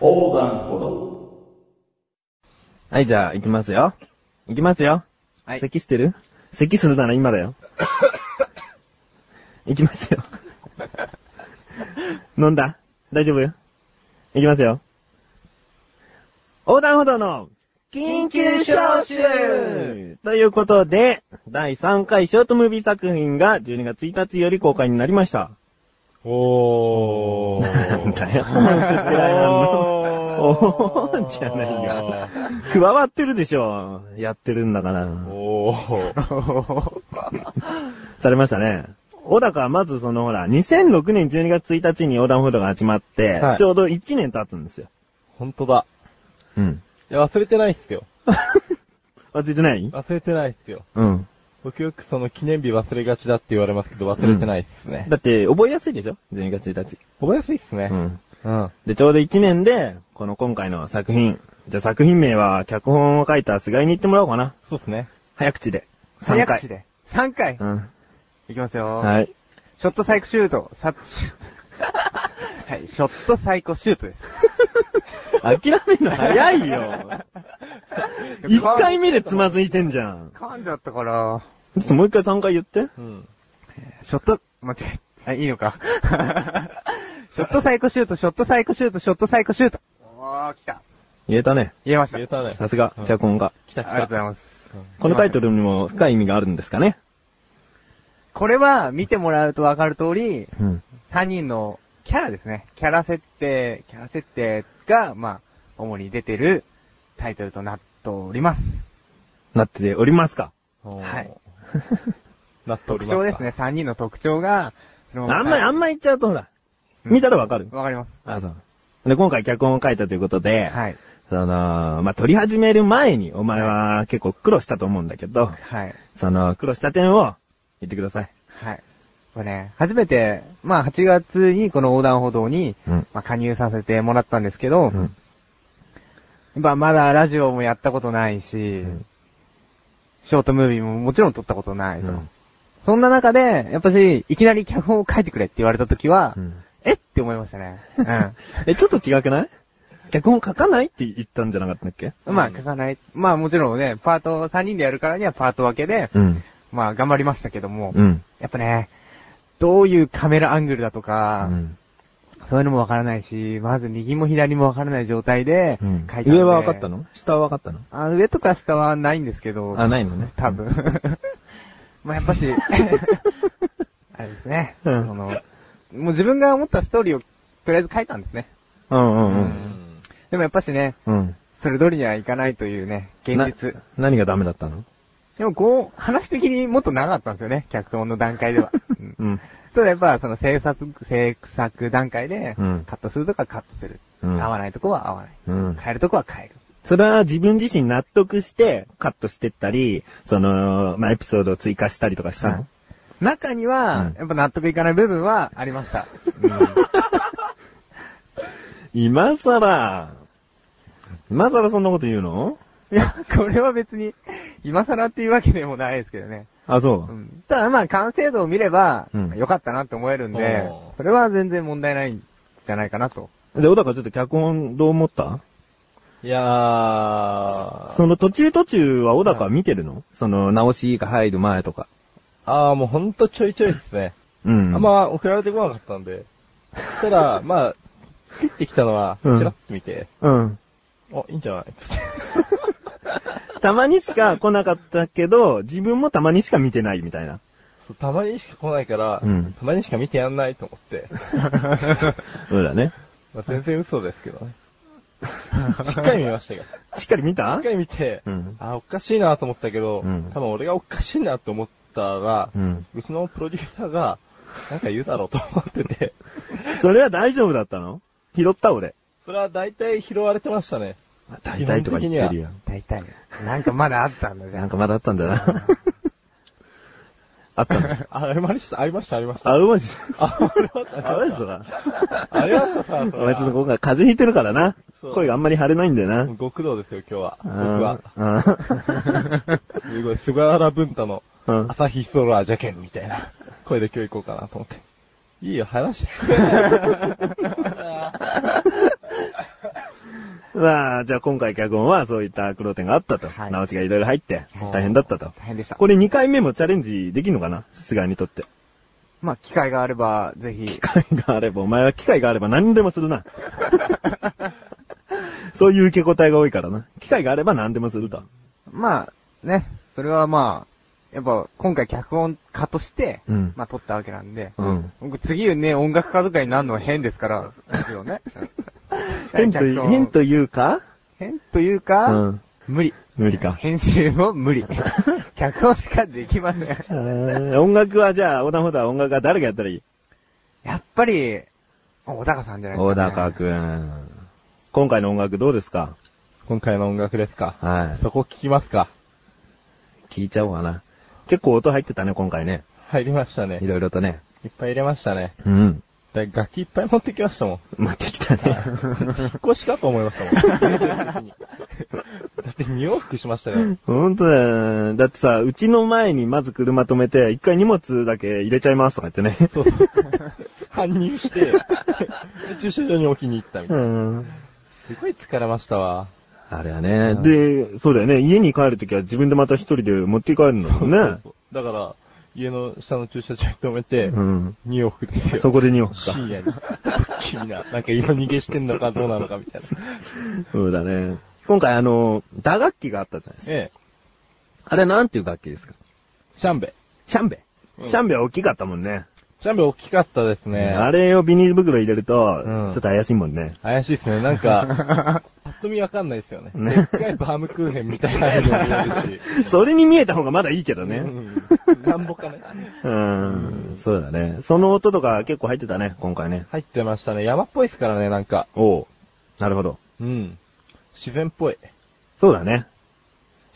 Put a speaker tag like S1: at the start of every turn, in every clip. S1: 横断歩道。
S2: はい、じゃあ、行きますよ。行きますよ。
S3: はい
S2: 咳してる咳するなら今だよ。行きますよ。飲んだ大丈夫行きますよ。横断歩道の緊急招集ということで、第3回ショートムービー作品が12月1日より公開になりました。
S4: おー。
S2: なんだよ。薄っぺらい反応
S4: お
S2: おー じゃないよ。加わってるでしょ。やってるんだから。
S4: おー。
S2: されましたね。小高はまずそのほら、2006年12月1日に横断歩道が始まって、
S4: はい
S2: ちょうど1年経つんですよ。
S4: ほんとだ。
S2: うん。
S4: いや、忘れてないっすよ。
S2: 忘れてない
S4: 忘れてないっすよ。
S2: うん。
S4: 僕よくその記念日忘れがちだって言われますけど、忘れてないっすね。
S2: だって、覚えやすいでしょ ?12 月1日。
S4: 覚えやすいっすね
S2: う。ん。
S4: うん。
S2: で、ちょうど1年で、この今回の作品。じゃあ作品名は、脚本を書いた菅井に言ってもらおうかな。
S4: そうっすね。
S2: 早口で。3回。
S3: 早口で。3回
S2: うん。
S3: いきますよ。
S2: はい。
S3: ショットサイコシュー ト、サッチ。はい、ショットサイコシュートです。
S2: 諦めるの早いよ。1回目でつまずいてんじゃん。
S3: 噛んじゃったから、
S2: ちょっともう1回3回言って。
S4: うん。
S3: ショット、間違え、あ、いいのか。 ショットサイコシュート、ショットサイコシュート、ショットサイコシュート。おー、来た。
S2: 言えたね。
S3: 言えました。
S4: 入れたね。
S2: さすが
S4: う、ん
S2: 脚本家。
S4: 来た来
S3: ありがとうご
S4: た。
S3: ざいます。
S2: このタイトルにも深い意味があるんですかね。
S3: これは、見てもらうとわかる通り、
S2: うん。
S3: 3人のキャラですね。キャラ設定、キャラ設定が、まあ、主に出てるタイトルとなっております。
S2: なってておりますか
S4: おー
S3: はい。
S4: なってお
S3: 特
S4: ります
S3: 徴
S4: か
S3: ですね。。3人の特徴が、あ
S2: あんまり、あんまり言っちゃうとほら、見たらわかる。
S3: わかります。
S2: あ、そう。で、今回脚本を書いたということで、
S3: はい。
S2: その、まあ、撮り始める前に、お前は結構苦労したと思うんだけど、
S3: はい。
S2: その、苦労した点を言ってください。
S3: はい。これね、初めて、まあ8月にこの横断歩道に、
S2: うん。
S3: まあ加入させてもらったんですけど、
S2: う
S3: や
S2: ん。
S3: っぱまだラジオもやったことないし、
S2: ん
S3: ショートムービーももちろん撮ったことな
S2: う
S3: いと。
S2: ん。
S3: そんな中で、やっぱし、いきなり脚本を書いてくれって言われた時は、えって思いましたね。
S2: え、ちょっと違くない脚本書かないって言ったんじゃなかったっけ
S3: う ん。まあ書かない。まあもちろんね、パート、3人でやるからにはパート分けで、
S2: うん。
S3: まあ頑張りましたけども、
S2: うん。
S3: やっぱね、どういうカメラアングルだとか、
S2: うん
S3: そういうのもわからないし、まず右も左もわからない状態で、書いたんで
S2: 上は分かったの下は分かったの
S3: あ上とか下はないんですけど、
S2: あ、ないのね。
S3: 多分。 まあやっぱし、 あれですね、
S2: うん
S3: その、もう自分が思ったストーリーをとりあえず書いたんですね。
S2: うんうんう。
S4: うんん。
S3: でもやっぱしね、
S2: うん。
S3: それ通りにはいかないというね、現実。
S2: な何がダメだったの
S3: でもこう、話的にもっと長かったんですよね、脚本の段階 では。うん
S2: うん。
S3: ただやっぱ、その制作、制作段階で、カ
S2: うん
S3: ットするとかカットする。
S2: うん
S3: 合わないとこは合わない。
S2: うん。
S3: 変えるとこは変える。
S2: それは自分自身納得してカットしてったり、その、まあ、エピソードを追加したりとかしたの、
S3: はい中には
S2: うん、
S3: やっぱ納得いかない部分はありました。
S2: 今さら、今さらそんなこと言うの
S3: いや、これは別に、今更っていうわけでもないですけどね。
S2: あ、そうう。
S3: んただまあ、完成度を見れば
S2: うん、
S3: 良かったなって思えるんで
S4: おー、
S3: それは全然問題ないんじゃないかなと。
S2: で、小高ちょっと脚本どう思った
S4: いやー。
S2: その途中途中は小高は見てるの、その直しが入る前とか。
S4: あーもうほんとちょいちょいですね。
S2: うん。
S4: あんま送られてこなかったんで。そ したら、まあ、切ってきたのは、チ
S2: うん
S4: ラッと見て、
S2: うん。
S4: あ、いいんじゃない
S2: たまにしか来なかったけど、自分もたまにしか見てないみたいな。
S4: そうたまにしか来ないから、
S2: うん
S4: たまにしか見てやんないと思って。
S2: そうだね。
S4: まあ全然嘘ですけど ね。しっかり見ましたよ。し
S2: しっかり見た
S4: っかり見て、
S2: うん
S4: あ、おかしいなと思ったけど、
S2: うん
S4: 多分俺がおかしいなと思ったら、
S2: うん。
S4: うちのプロデューサーが、なんか言うだろうと思ってて、
S2: それは大丈夫だったの拾った俺。
S4: それは大体拾われてました ね。
S2: 大体とか言ってるよ。
S3: 大体。なんかまだあったんだじゃ
S2: なん
S3: ん。
S2: かまだあったんだ な。あったんだ。
S4: あ、ありました、ありました、あり ました。
S2: あ、うまいし。
S4: あ、ありました、
S2: あ、うまいっすわ。
S4: ありましたさ、そ
S2: お
S4: れは
S2: 前ちょっと今回風邪ひいてるからな。
S4: そう
S2: 声があんまり張れないんだよな。
S4: ご苦労ですよ、今日は。僕は。
S2: は。
S4: すごい、菅原文太の
S2: うん
S4: 朝日空じゃけんみたいな声で今日行こうかなと思って。 いいよ、話して。
S2: まあ、じゃあ今回脚本はそういった苦労点があったと。
S3: はい
S2: 直しがいろいろ入って
S3: は、い
S2: 大変だったと。
S3: 大変でした。
S2: これ2回目もチャレンジできるのかなさすがにとって。
S3: まあ、機会があれば、ぜひ
S2: 機、会があれば、お前は機会があれば何でもする な。そういう受け答えが多いからな。機会があれば何でもすると。
S3: まあ、ね、それはまあ、やっぱ、今回脚本家として、
S2: うん
S3: まあ、撮ったわけなんで、
S2: うん。
S3: 僕次ね、音楽家とかになるのは変で すから、ですよね。
S2: 変と、
S3: 脚本
S2: 変というか
S3: 変というか、
S2: うん
S3: 無理。
S2: 無理か。
S3: 編集も無理。脚本しかできません。
S2: えー音楽はじゃあ、小田ほだ音楽は誰がやったらいい
S3: やっぱり、小高さんじゃないで
S2: 小
S3: すか、ね。
S2: 高くん。今回の音楽どうですか
S4: 今回の音楽ですか。
S2: は
S4: そこ聞きますか。
S2: い。聞いちゃおうかな。結構音入ってたね、今回ね。
S4: 入りましたね
S2: い。ろいろとね。
S4: いっぱい入れましたね。
S2: うん。
S4: だ楽器いっぱい持ってきましたもん。
S2: 待ってきた ね。
S4: 引っ越しかと思い ましたもん。だって2往復しましたよ。
S2: ほんとだよね。だってさ、うちの前にまず車止めて、一回荷物だけ入れちゃいますとか言ってね。
S4: そ うそう。搬入して、で駐車場に置きに行ったみたいな。
S2: ん。
S4: すごい疲れましたわ。
S2: あれはね。
S4: うん
S2: で、そうだよね。家に帰るときは自分でまた一人で持って帰るんだもん
S4: そう
S2: ね
S4: そ。うだから、家の下の駐車場に止めて、
S2: うん。
S4: 2往復ですよ。
S2: そこで荷物か。
S4: 深夜に。君な、なんか色逃げしてんのかどうなのか みたいな。
S2: そうだね。今回あの、打楽器があったじゃないですか。
S4: ええ、
S2: あれなんていう楽器ですか
S4: シャンベ。
S2: シャンベ。
S4: うん
S2: シャンベは大きかったもんね。
S4: シャンベ大きかったですね。
S2: あれをビニール袋入れると、ちょ
S4: うん
S2: っと怪しいもんね。
S4: 怪しいですね。なんか、ぱっと見わかんないですよね。
S2: ね
S4: でっかいバームクーヘンみたいなのも見えるし。
S2: それに見えた方がまだいいけどね。
S4: うんなんぼかね。
S2: うん、そうだね。その音とか結構入ってたね、今回ね。
S4: 入ってましたね。山っぽいですからね、なんか。
S2: おう。なるほど。
S4: うん。自然っぽい。
S2: そうだね。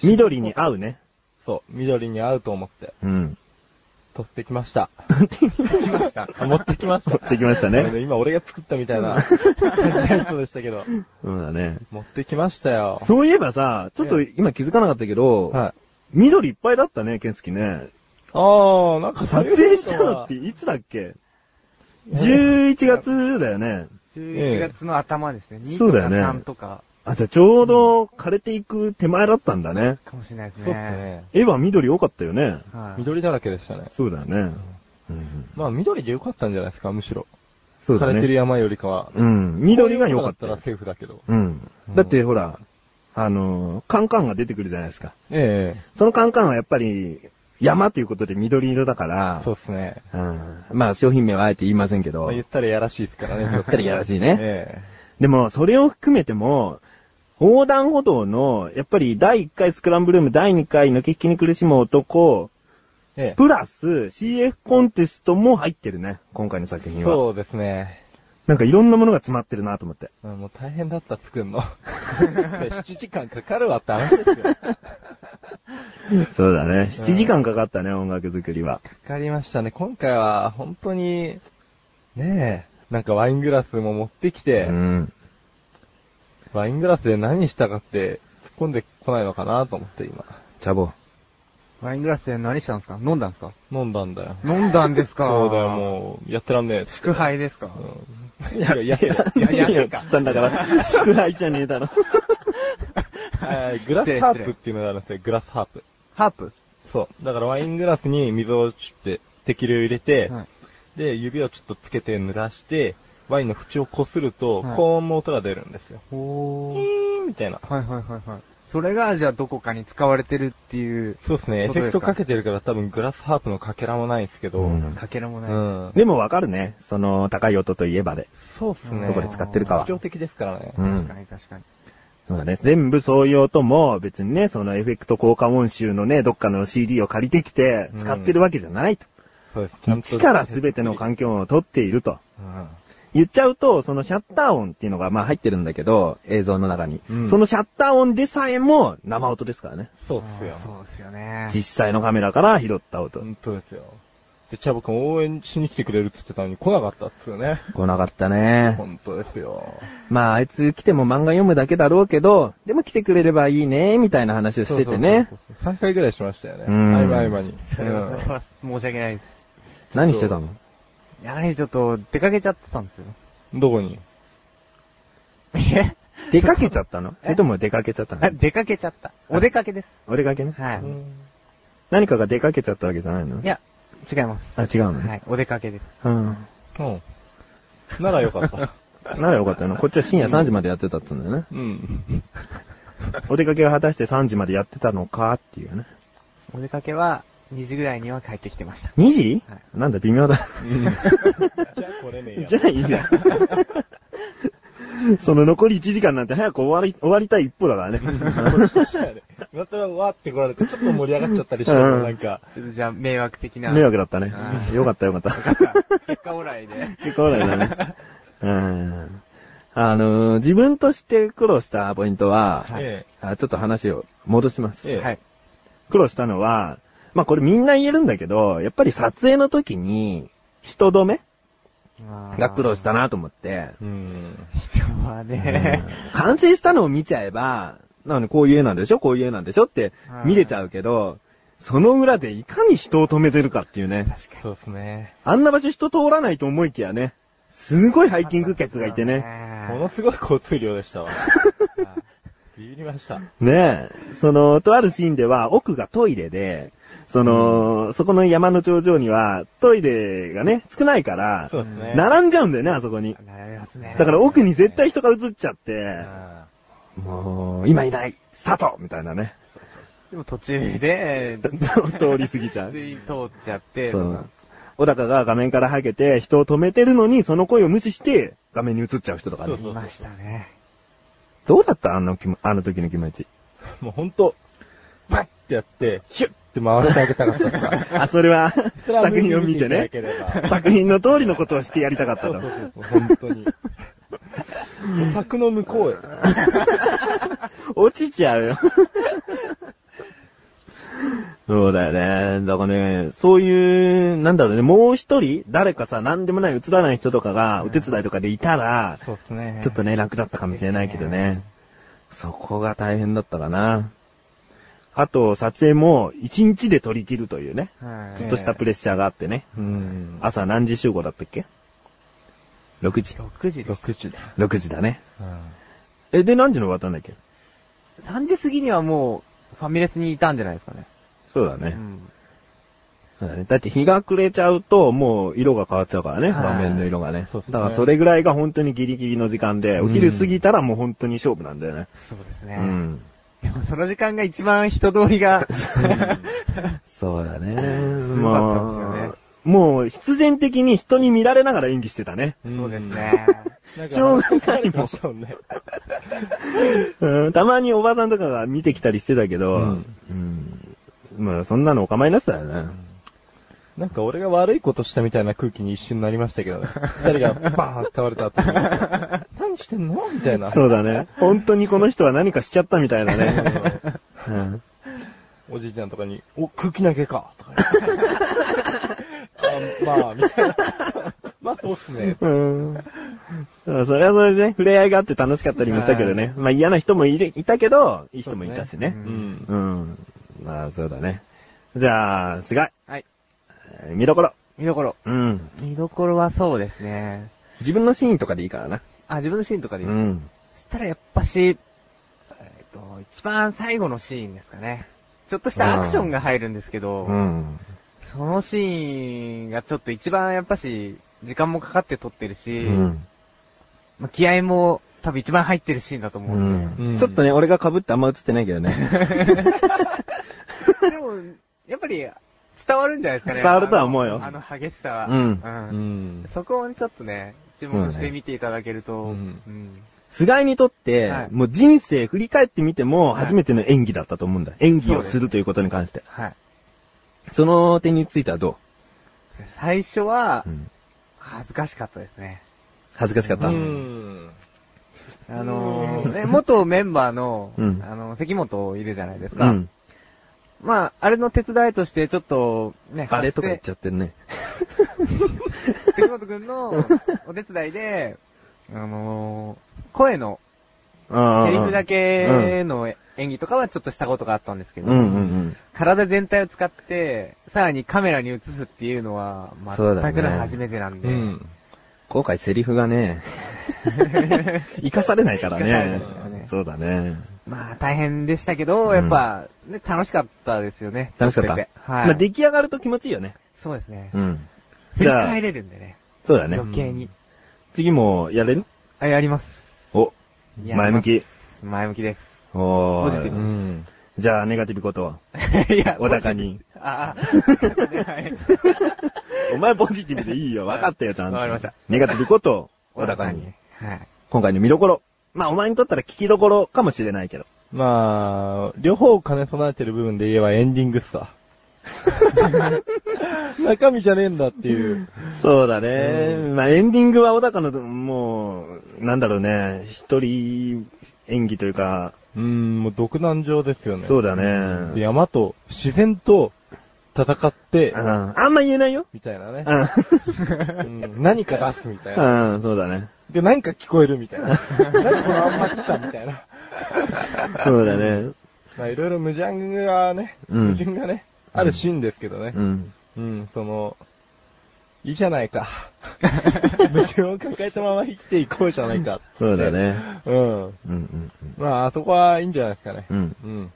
S2: 緑に合うね。
S4: そう、緑に合うと思って、
S2: うん。
S4: 取ってきました。
S3: 来ました。
S4: 持ってきました。
S2: 持ってきましたね。
S4: 今俺が作ったみたい な感じの人でしたけど。
S2: そうだね。
S4: 持ってきましたよ。
S2: そういえばさ、ちょっと今気づかなかったけど、
S4: はい。
S2: 緑いっぱいだったね、ケンスキね。
S4: あー、なんか
S2: 撮影したのっていつだっけ ?11 月だよね。
S3: 11月の頭ですね。2
S2: そう
S3: とか
S2: だよね
S3: 3とか、
S2: あ、じゃあちょうど枯れていく手前だったんだね。
S3: かもしれないですね。
S4: そうっすね。
S2: 絵は緑多かったよね。
S3: はい。
S4: 緑だらけでしたね。
S2: そうだよね。うん、
S4: まあ緑で良かったんじゃないですか、むしろ。
S2: そうだ
S4: 枯れてる
S2: ね。
S4: 山よりかは。
S2: うん。緑が良かった
S4: こういう
S2: よ
S4: のだら。セーフだけど。
S2: うん。だってほら、あのー、カンカンが出てくるじゃないですか。
S4: え
S2: そのカンカンはやっぱり、山ということで緑色だか
S4: え
S2: ら、
S4: そうですね。
S2: うん。まあ商品名はあえて言いませんけ
S4: ま
S2: ど
S4: あ、、言ったらやらしいですからね。
S2: 言ったらやらしいね
S4: え
S2: でもそれを含めても、横断歩道の、やっぱり第1回スクランブルーム、第2回のききに苦しむ男、
S4: ええ
S2: プラス CF コンテストも入ってるね、今回の作
S4: え。
S2: 品は。
S4: そうですね。
S2: なんかいろんなものが詰まってるなと思って。
S4: うんもう大変だった、作るの。7時間かかるわって話ですよ。か
S2: そうだね。7時間かかったね、音楽作りは。
S4: かりましたね。今回は、本当に、ねえ、なんかワイングラスも持ってき
S2: う
S4: て、
S2: ん。
S4: ワイングラスで何したかって、突っ込んでこないのかなと思って今。
S2: チャボ。
S3: ワイングラスで何したんですか飲んだんですか
S4: 飲んだんだよ。
S3: 飲んだんですか
S4: そうだよ、もう、やってらんねえ。
S3: 祝杯ですか
S4: うん。いや、いや、いや、
S2: いや、いや、
S3: いや
S2: っつったんだから、宿題じゃねえだろ。
S4: えーグラスハープっていうのがあるんですよ、グラスハープ。
S3: ハープ
S4: そう。だからワイングラスに水をちょって、適量入れて、
S3: はい
S4: で、指をちょっとつけて濡らして、ワインの縁をこすると、
S3: はい
S4: 高音の音が出るんですよ。
S3: お
S4: ピ
S3: ー。
S4: ーンみたいな。
S3: はいはいはいはい。それが、じゃあどこかに使われてるっていう、
S4: そうですね。エ
S3: そう
S4: フ
S3: ですか
S4: ェクトかけてるから多分グラスハープのかけらもないんですけど、
S2: う
S4: うんん。
S3: かけらもない。
S2: でもわかるね。その、高い音といえばで。
S4: そうですね。
S2: どこで使ってるかは
S4: 特徴的ですからね。
S2: うん
S3: 確かに確かに。
S2: そうだね。全部そういう音も、別にね、そのエフェクト効果音集のね、どっかの CD を借りてきて、使ってるわけじゃないと。
S4: そうです。ちゃんと。
S2: 一から全ての環境音を取っていると。
S4: うん
S2: 言っちゃうと、そのシャッター音っていうのが、まあ入ってるんだけど、映像の中に。
S4: うん
S2: そのシャッター音でさえも、生音ですからね。
S4: そうっすよ
S3: あ。ーそうですよね。
S2: 実際のカメラから拾った音。
S4: 本当ですよ。で、チャボくん応援しに来てくれるって言ってたのに来なかったっすよね。
S2: 来なかったね。
S4: 本当ですよ。
S2: まあ、あいつ来ても漫画読むだけだろうけど、でも来てくれればいいね、みたいな話をしててね
S4: そ。うそうそうそう。3回ぐらいしましたよね。
S2: うん
S4: 合間合間に。
S3: それは、それは申し訳ないです。
S2: 何してたの
S3: やはりちょっと、出かけちゃってたんですよ。
S4: うんどこに
S3: え
S2: 出かけちゃったのそれとも出かけちゃった
S3: あ
S2: の
S3: 出かけちゃった。お出かけです。
S2: お出かけね。
S3: はい。
S2: 何かが出かけちゃったわけじゃないの
S3: いや、違います。
S2: あ、違うの
S3: は
S2: ね。
S3: い、お出かけです。
S2: うん。
S4: うん。ならよかった。
S2: ならよかったよな。こっちは深夜3時までやってたっつうんだよね。
S4: うん。
S2: お出かけが果たして3時までやってたのかっていうね。
S3: お出かけは、2時ぐらいには帰ってきてました。
S2: 2時、
S3: はい
S2: なんだ、微妙だ。
S4: じゃあこれねえや。
S2: じゃあいいじゃん。 その残り1時間なんて早く終わり、終わりたい一歩だからね。
S4: そしたらね、またわーって来られて、ちょっと盛り上がっちゃったりした
S2: う
S4: ら、
S2: ん
S4: なんか、
S3: ちょっとじゃあ、迷惑的な。
S2: 迷惑だったね。
S3: はい
S2: よかったよかった。
S3: 結果オーライで。
S2: 結構だよね。うん。あのー自分として苦労したポイントは、
S3: はい
S4: え
S2: あちょっと話を戻します。
S4: ええ
S3: はい。
S2: 苦労したのは、まあこれみんな言えるんだけど、やっぱり撮影の時に、人止めが苦労した
S3: な。
S2: なと思って、
S4: え。うん。
S3: 人はね、
S2: 完成したのを見ちゃえば、なのにこういう絵なんでしょこういう絵なんでしょって
S3: はい
S2: 見れちゃうけど、その裏でいかに人を止めてるかっていうね。
S3: 確か
S4: そうですね。
S2: あんな場所人通らないと思いきやね、すごいハイキング客がいてね。
S4: ものすごい交通量でしたわ。はい ビビりました。
S2: ねえ、その、とあるシーンでは奥がトイレで、その、そこの山の頂上にはトイレがね、少ないから、
S4: そうですね。
S2: 並んじゃうんだよね、あそこに。
S3: なりますね。
S2: だから奥に絶対人が映っちゃって、
S4: あ
S2: もう、今いない、スタートみたいなね。
S3: でも途中で、
S2: 通り過ぎちゃう
S3: つ。い通っちゃって、
S2: そう。小高が画面からはげて、人を止めてるのに、その声を無視して、画面に映っちゃう人とかね。
S4: そう
S3: いましたね。
S2: どうだったあの気も、あの時の気持ち。
S4: ーもうほんと、バッてやって、ヒュッて回してあげたかったとか。
S2: あ、それは、作品を見てね
S4: そ。れは見ていただければ
S2: 作品の通りのことをしてやりたかった
S4: そう
S2: と
S4: そ。うそう、本当に。柵の向こうへ。
S2: 落ちちゃうよ。そうだよね。だからね、そういう、なんだろうね、もう一人、誰かさ、なんでもない映らない人とかが、お手伝いとかでいたら、
S3: そうですね
S2: ちょっとね、楽だったかもしれないけどね。そこが大変だったかな。あと、撮影も、一日で撮り切るというね。
S3: はい、
S2: ちょっとしたプレッシャーがあってね。
S4: うん。
S2: 朝何時集合だったっけ ?6 時。
S3: 6時です。
S4: 6時だ。
S2: 6時だね。
S4: うん。
S2: え、で何時に終わったんだっけ
S3: 3時過ぎにはもう、ファミレスにいたんじゃないですかね。
S2: そうだね。
S3: うん。
S2: そうだねだって日が暮れちゃうと、もう色が変わっちゃうからね、
S3: はい
S2: 画面の色がね。
S4: そうっすね
S2: だからそれぐらいが本当にギリギリの時間で、お昼過ぎたらもう本当に勝負なんだよね。
S3: そうです
S2: う
S3: ね。
S2: ん。
S3: でもその時間が一番人通りが、
S2: そうだね。
S3: すごかったですよね
S2: もう、もう必然的に人に見られながら演技してたね。
S3: そうです ね。
S4: なんか。
S2: しょうがないもん
S4: 話してましたもんね。
S2: うんたまにおばさんとかが見てきたりしてたけど、う
S4: うんん。
S2: まあそんなのお構いなしだよね。
S4: なんか俺が悪いことしたみたいな空気に一瞬なりましたけどね。二人がバーンって倒れた後に。 何してんのみたいな。
S2: そうだね。本当にこの人は何かしちゃったみたいなね。うん
S4: おじいちゃんとかに、お、空気投げかとか言って あまあ、みたいな。 まあ、そうっすね。
S2: うん。 そうそれはそれでね、触れ合いがあって楽しかったりもしたけどね。まあ嫌な人もいれいたけど、いい人もいたしね
S4: う。。
S2: うんん。まあそうだね。じゃあ、菅井。
S3: はい。
S2: えー見どころ。
S3: 見どころ。
S2: うん。
S3: 見どころはそうですね。
S2: 自分のシーンとかでいいからな。
S3: あ、自分のシーンとか
S2: う
S3: でいい、
S2: ん。
S3: そしたらやっぱし、えっと、一番最後のシーンですかね。ちょっとしたアクションが入るんですけど、
S2: うん。
S3: そのシーンがちょっと一番やっぱし、時間もかかって撮ってる
S2: う
S3: し、
S2: ん。
S3: まあ気合も多分一番入ってるシーンだと思
S2: う
S3: うんで、
S2: ん。ちょっとね、俺が被ってあんま映ってないけどね。
S3: でも、やっぱり、伝わるんじゃないですかね。
S2: 伝わるとは思うよ
S3: あの、あの激しさは。
S2: うん
S4: うん。
S3: そこをね、ちょっとね、注目してみていただけると、
S4: うん
S3: うん
S2: 菅井にとって
S3: は、い
S2: もう人生振り返ってみても初めての演技だったと思うんだ。演技をするということに関して。
S3: はい。
S2: その点についてはど
S3: 最初は
S2: う、うん
S3: 恥ずかしかったですね。
S2: 恥ずかしかった
S4: うん。
S3: あのー、ね、元メンバーの、
S2: うん
S3: あの、関本いるじゃないです
S2: う
S3: か。
S2: ん。
S3: まあ、あれの手伝いとして、ちょっと、ね、
S2: あれとか言っ
S3: 発
S2: ちゃってるね。
S3: 声関本くんのお手伝いで、あのー、声の、セリフだけの演技とかはちょっとしたことがあったんですけ
S2: う
S3: ど、
S2: んうん
S3: 体全体を使って、さらにカメラに映すっていうのは、
S2: そうだね
S3: 全くの初めてなん
S4: う
S3: で、
S4: ん。
S2: 今回セリフが ね、生かされないからね
S3: 生かされないからね。
S2: そうだね。
S3: まあ、大変でしたけど、やっぱ、ね、楽しかったですよね。
S2: 楽しかった。
S3: 撮てて
S2: まあ
S3: はい。
S2: 出来上がると気持ちいいよね。
S3: そうですね
S2: う。ん。
S3: 振
S2: じ
S3: り
S2: ゃあ
S3: 返、れるんでね。
S2: そうだね。
S3: 余計に。
S2: 次もやれる
S3: あ、やります。
S2: お、
S3: やります
S2: 前向き。
S3: 前向きです。
S2: お
S3: ポジティ
S4: う
S3: ブ
S2: ー。
S4: ん。
S2: じゃあ、ネガティブことは。
S3: いや
S2: お高に。
S3: ああ、ねはい。
S2: お前ポジティブでいい よ。分かったよ、ちゃんと。
S3: わかりました。
S2: ネガティブことを、お高
S3: 高
S2: に。。
S3: はい。
S2: 今回の見どころ。まあ、お前にとったら聞きどころかもしれないけど。
S4: まあ、両方兼ね備えてる部分で言えばエンディングっすわ。 中身じゃねえんだっていう。
S2: そうだね。まあ、エンディングは小高の、もう、なんだろうね、一人演技というか、
S4: うん、もう独断上ですよね。
S2: そうだ
S4: で
S2: ね。
S4: 山と自然と戦って
S2: う、ん。あんま言えないよ。
S4: みたいなね
S2: う。 ん。
S4: うん何か出すみたいな。
S2: うん、そうだね。
S4: で、何か聞こえるみたい な。何このあんま来たみたいな。
S2: そうだね。
S4: まあ、いろいろ無ングがね、
S2: うん
S4: 矛盾がね、あるシーンですけどね
S2: う。ん。
S4: うん、その、いいじゃない か。矛盾を抱えたまま生きていこうじゃないか。
S2: そうだね。
S4: うん。
S2: うん、うん、
S4: まあ、あそこはいいんじゃないですかね。
S2: うん。うん。
S4: うん。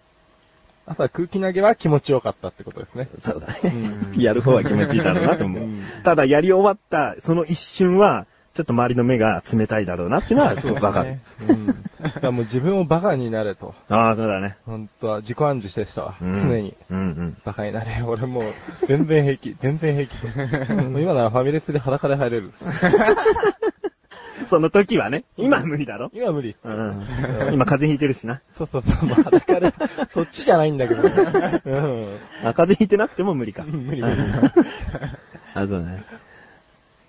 S4: あとは空気投げは気持ちよかったってことですね。
S2: そうだ
S4: う
S2: ね。
S4: ん。
S2: やる方は気持ちいいだろうなと思う
S4: うん。
S2: ただ、やり終わった、その一瞬は、ちょっと周りの目が冷たいだろうなっていうのは、
S4: そう
S2: わかる
S4: ね。。 うん。だからもう自分をバカになれと。
S2: ああ、そうだね。
S4: 本当は自己暗示してしたわ。
S2: うん
S4: 常に。。
S2: うん、うん。
S4: バカになれ。俺もう、全然平 気。全然平 気。もう今ならファミレスで裸で入れる。
S2: その時はね、今無理だろ
S4: 今は無理。
S2: うん。今風邪ひいてるしな。
S4: そうそうそう。まあ裸で、そっちじゃないんだけど。うん。
S2: あ、風邪ひいてなくても無理か。
S4: うん無理
S2: う
S4: 無理
S2: ん あ、そうね。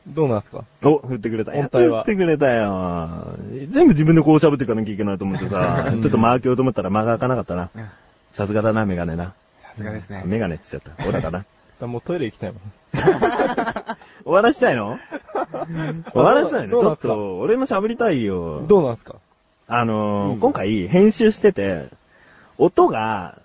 S4: どうなんすか
S2: お、振ってくれた。
S4: 本体は
S2: やっと振ってくれたよ。全部自分でこう喋っていかなきゃいけないと思ってさ
S4: う、ん
S2: ちょっと間開けようと思ったら間が開かなかったな
S3: うん。
S2: さすがだな、メガネな。
S3: さすがですね。
S2: メガネって言っちゃった。おだかな。
S4: もうトイレ行きたいもん。
S2: 終わらしたい の終わらしたいの
S4: どう
S2: ち
S4: な
S2: ょ
S4: っ
S2: ったと、俺も喋りたいよ。
S4: どうなんすか
S2: あのー
S4: うん
S2: 今回編集してて、音が、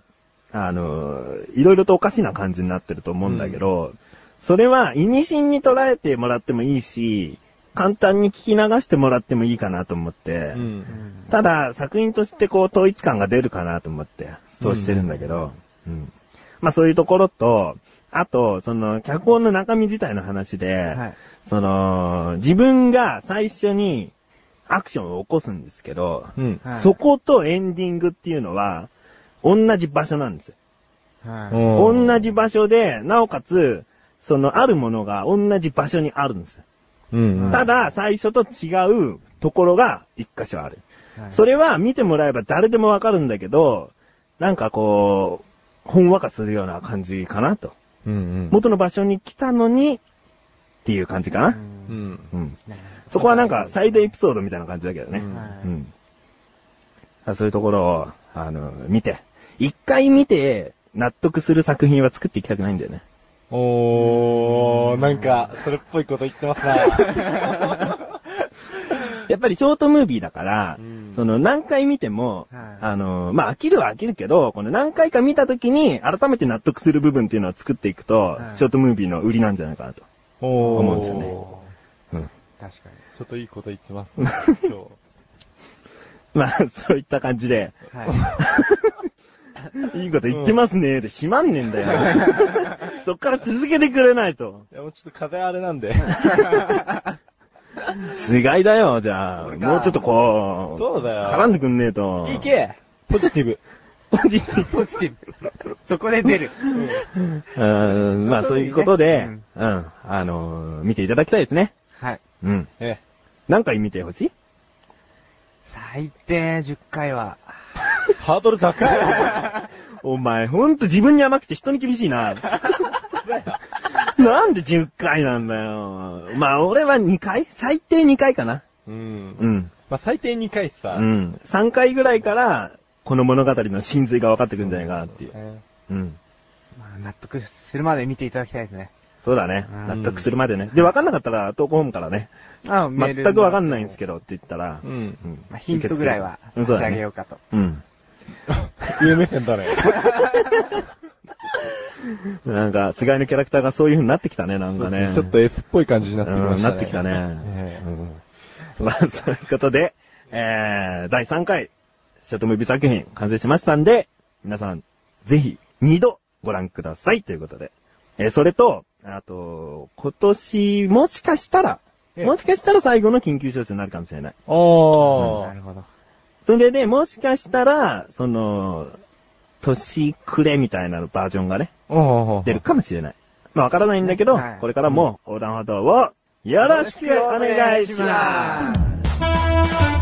S2: あのーいろいろとおかしな感じになってると思うんだけど、それは意味深に捉えてもらってもいいし、簡単に聞き流してもらってもいいかなと思って、
S4: うん
S3: う。ん
S2: ただ作品としてこう統一感が出るかなと思って、そうしてるんだけど、うんまあそういうところと、あと、その、脚本の中身自体の話で、
S3: はい。
S2: その、自分が最初にアクションを起こすんですけど、
S4: うん。
S3: はい
S2: そことエンディングっていうのは、同じ場所なんですよ。
S3: はい。
S4: うん
S2: 同じ。場所で、なおかつ、そのあるものが同じ場所にあるんですよ。
S4: うん。
S2: ただ、最初と違うところが一箇所ある。そ
S3: れ、
S2: れは見てもらえば誰でもわかるんだけど、なんかこう、ほんわかするような感じかなと。
S4: うん。
S2: 元の場所に来たのに、っていう感じかな。
S4: う。
S3: うん
S2: うん。そこはなんか、サイドエピソードみたいな感じだけどね。
S4: うん
S2: うん。あそういうところを、あの、見て。一回見て、納得する作品は作っていきたくないんだよね。
S4: おー、なんか、それっぽいこと言ってますな。
S2: やっぱりショートムービーだから、
S4: うん
S2: その何回見ても、
S3: はい
S2: あの、まあ、飽きるは飽きるけど、この何回か見た時に改めて納得する部分っていうのを作っていくと、
S3: はい
S2: ショートムービーの売りなんじゃないかなと。
S4: おー。
S2: 思うんですよねうん。
S3: 確かに。
S4: ちょっといいこと言ってます。今
S2: まあ、そういった感じで、
S3: はい。
S2: いいこと言ってますね、で閉まんねえんだよ。そっから続けてくれないと。
S4: 日。いや、もうちょっと風あれなんで。
S2: つがいだよ、じゃあ。
S3: 俺か
S2: もうちょっとこう、
S4: そうだよ
S2: 絡んでくんねえと。
S4: い けポジティブ。
S2: ポジティブ
S3: ポジティブ。そこで出る。
S2: うん、まあそういうことで、
S3: うん
S2: うん、あのー見ていただきたいですね。
S3: はい。
S2: うん。
S4: え
S2: 何回見てほしい
S3: 最低10回は。
S4: え。ハードル高い。
S2: お前、ほんと自分に甘くて人に厳しいな。 なんで10回なんだよ。まあ俺は2回最低2回かな。
S4: うん。
S2: うん。
S4: まあ、最低2回さ。
S2: うん。3回ぐらいから、この物語の真髄が分かってくるんじゃないかなっていう。
S4: ね
S2: うん。
S3: まあ、納得するまで見ていただきたいですね。
S2: そうだね。
S3: うん
S2: 納得するまでね。で、分かんなかったら、投稿本からね。
S3: あ
S2: 全くわかんないんです
S3: け
S2: けどって言ったら、
S4: う
S2: うん
S4: ん。
S3: ど。ヒントぐらいは
S2: うん
S3: 差
S2: そう
S3: し
S2: だ
S3: 上げ
S2: ね。
S3: ようかと。
S2: うん。
S4: 上目線だね。
S2: なんか、菅井のキャラクターがそういう風になってきたね、なんかね。
S4: ちょっと S っぽい感じになってき
S2: う
S4: ま
S2: ん、
S4: したね。
S2: なってきたね。
S4: ええ。
S2: うんまあ、そういうことで、えー、第3回、ショートムービー作品完成しましたんで、皆さん、ぜひ、2度ご覧くださいということで。えー、それと、あと、今年、もしかしたら、
S4: ええ
S2: もしかしたら最後の緊急招集になるかもしれない。
S4: ああ、
S3: なるほど。
S2: それで、もしかしたら、その、年暮れみたいなバージョンがね、
S4: ああ。
S2: 出るかもしれない。まあ、わからないんだけど、
S3: はい
S2: これからも横断歩道をよろしくお願いします。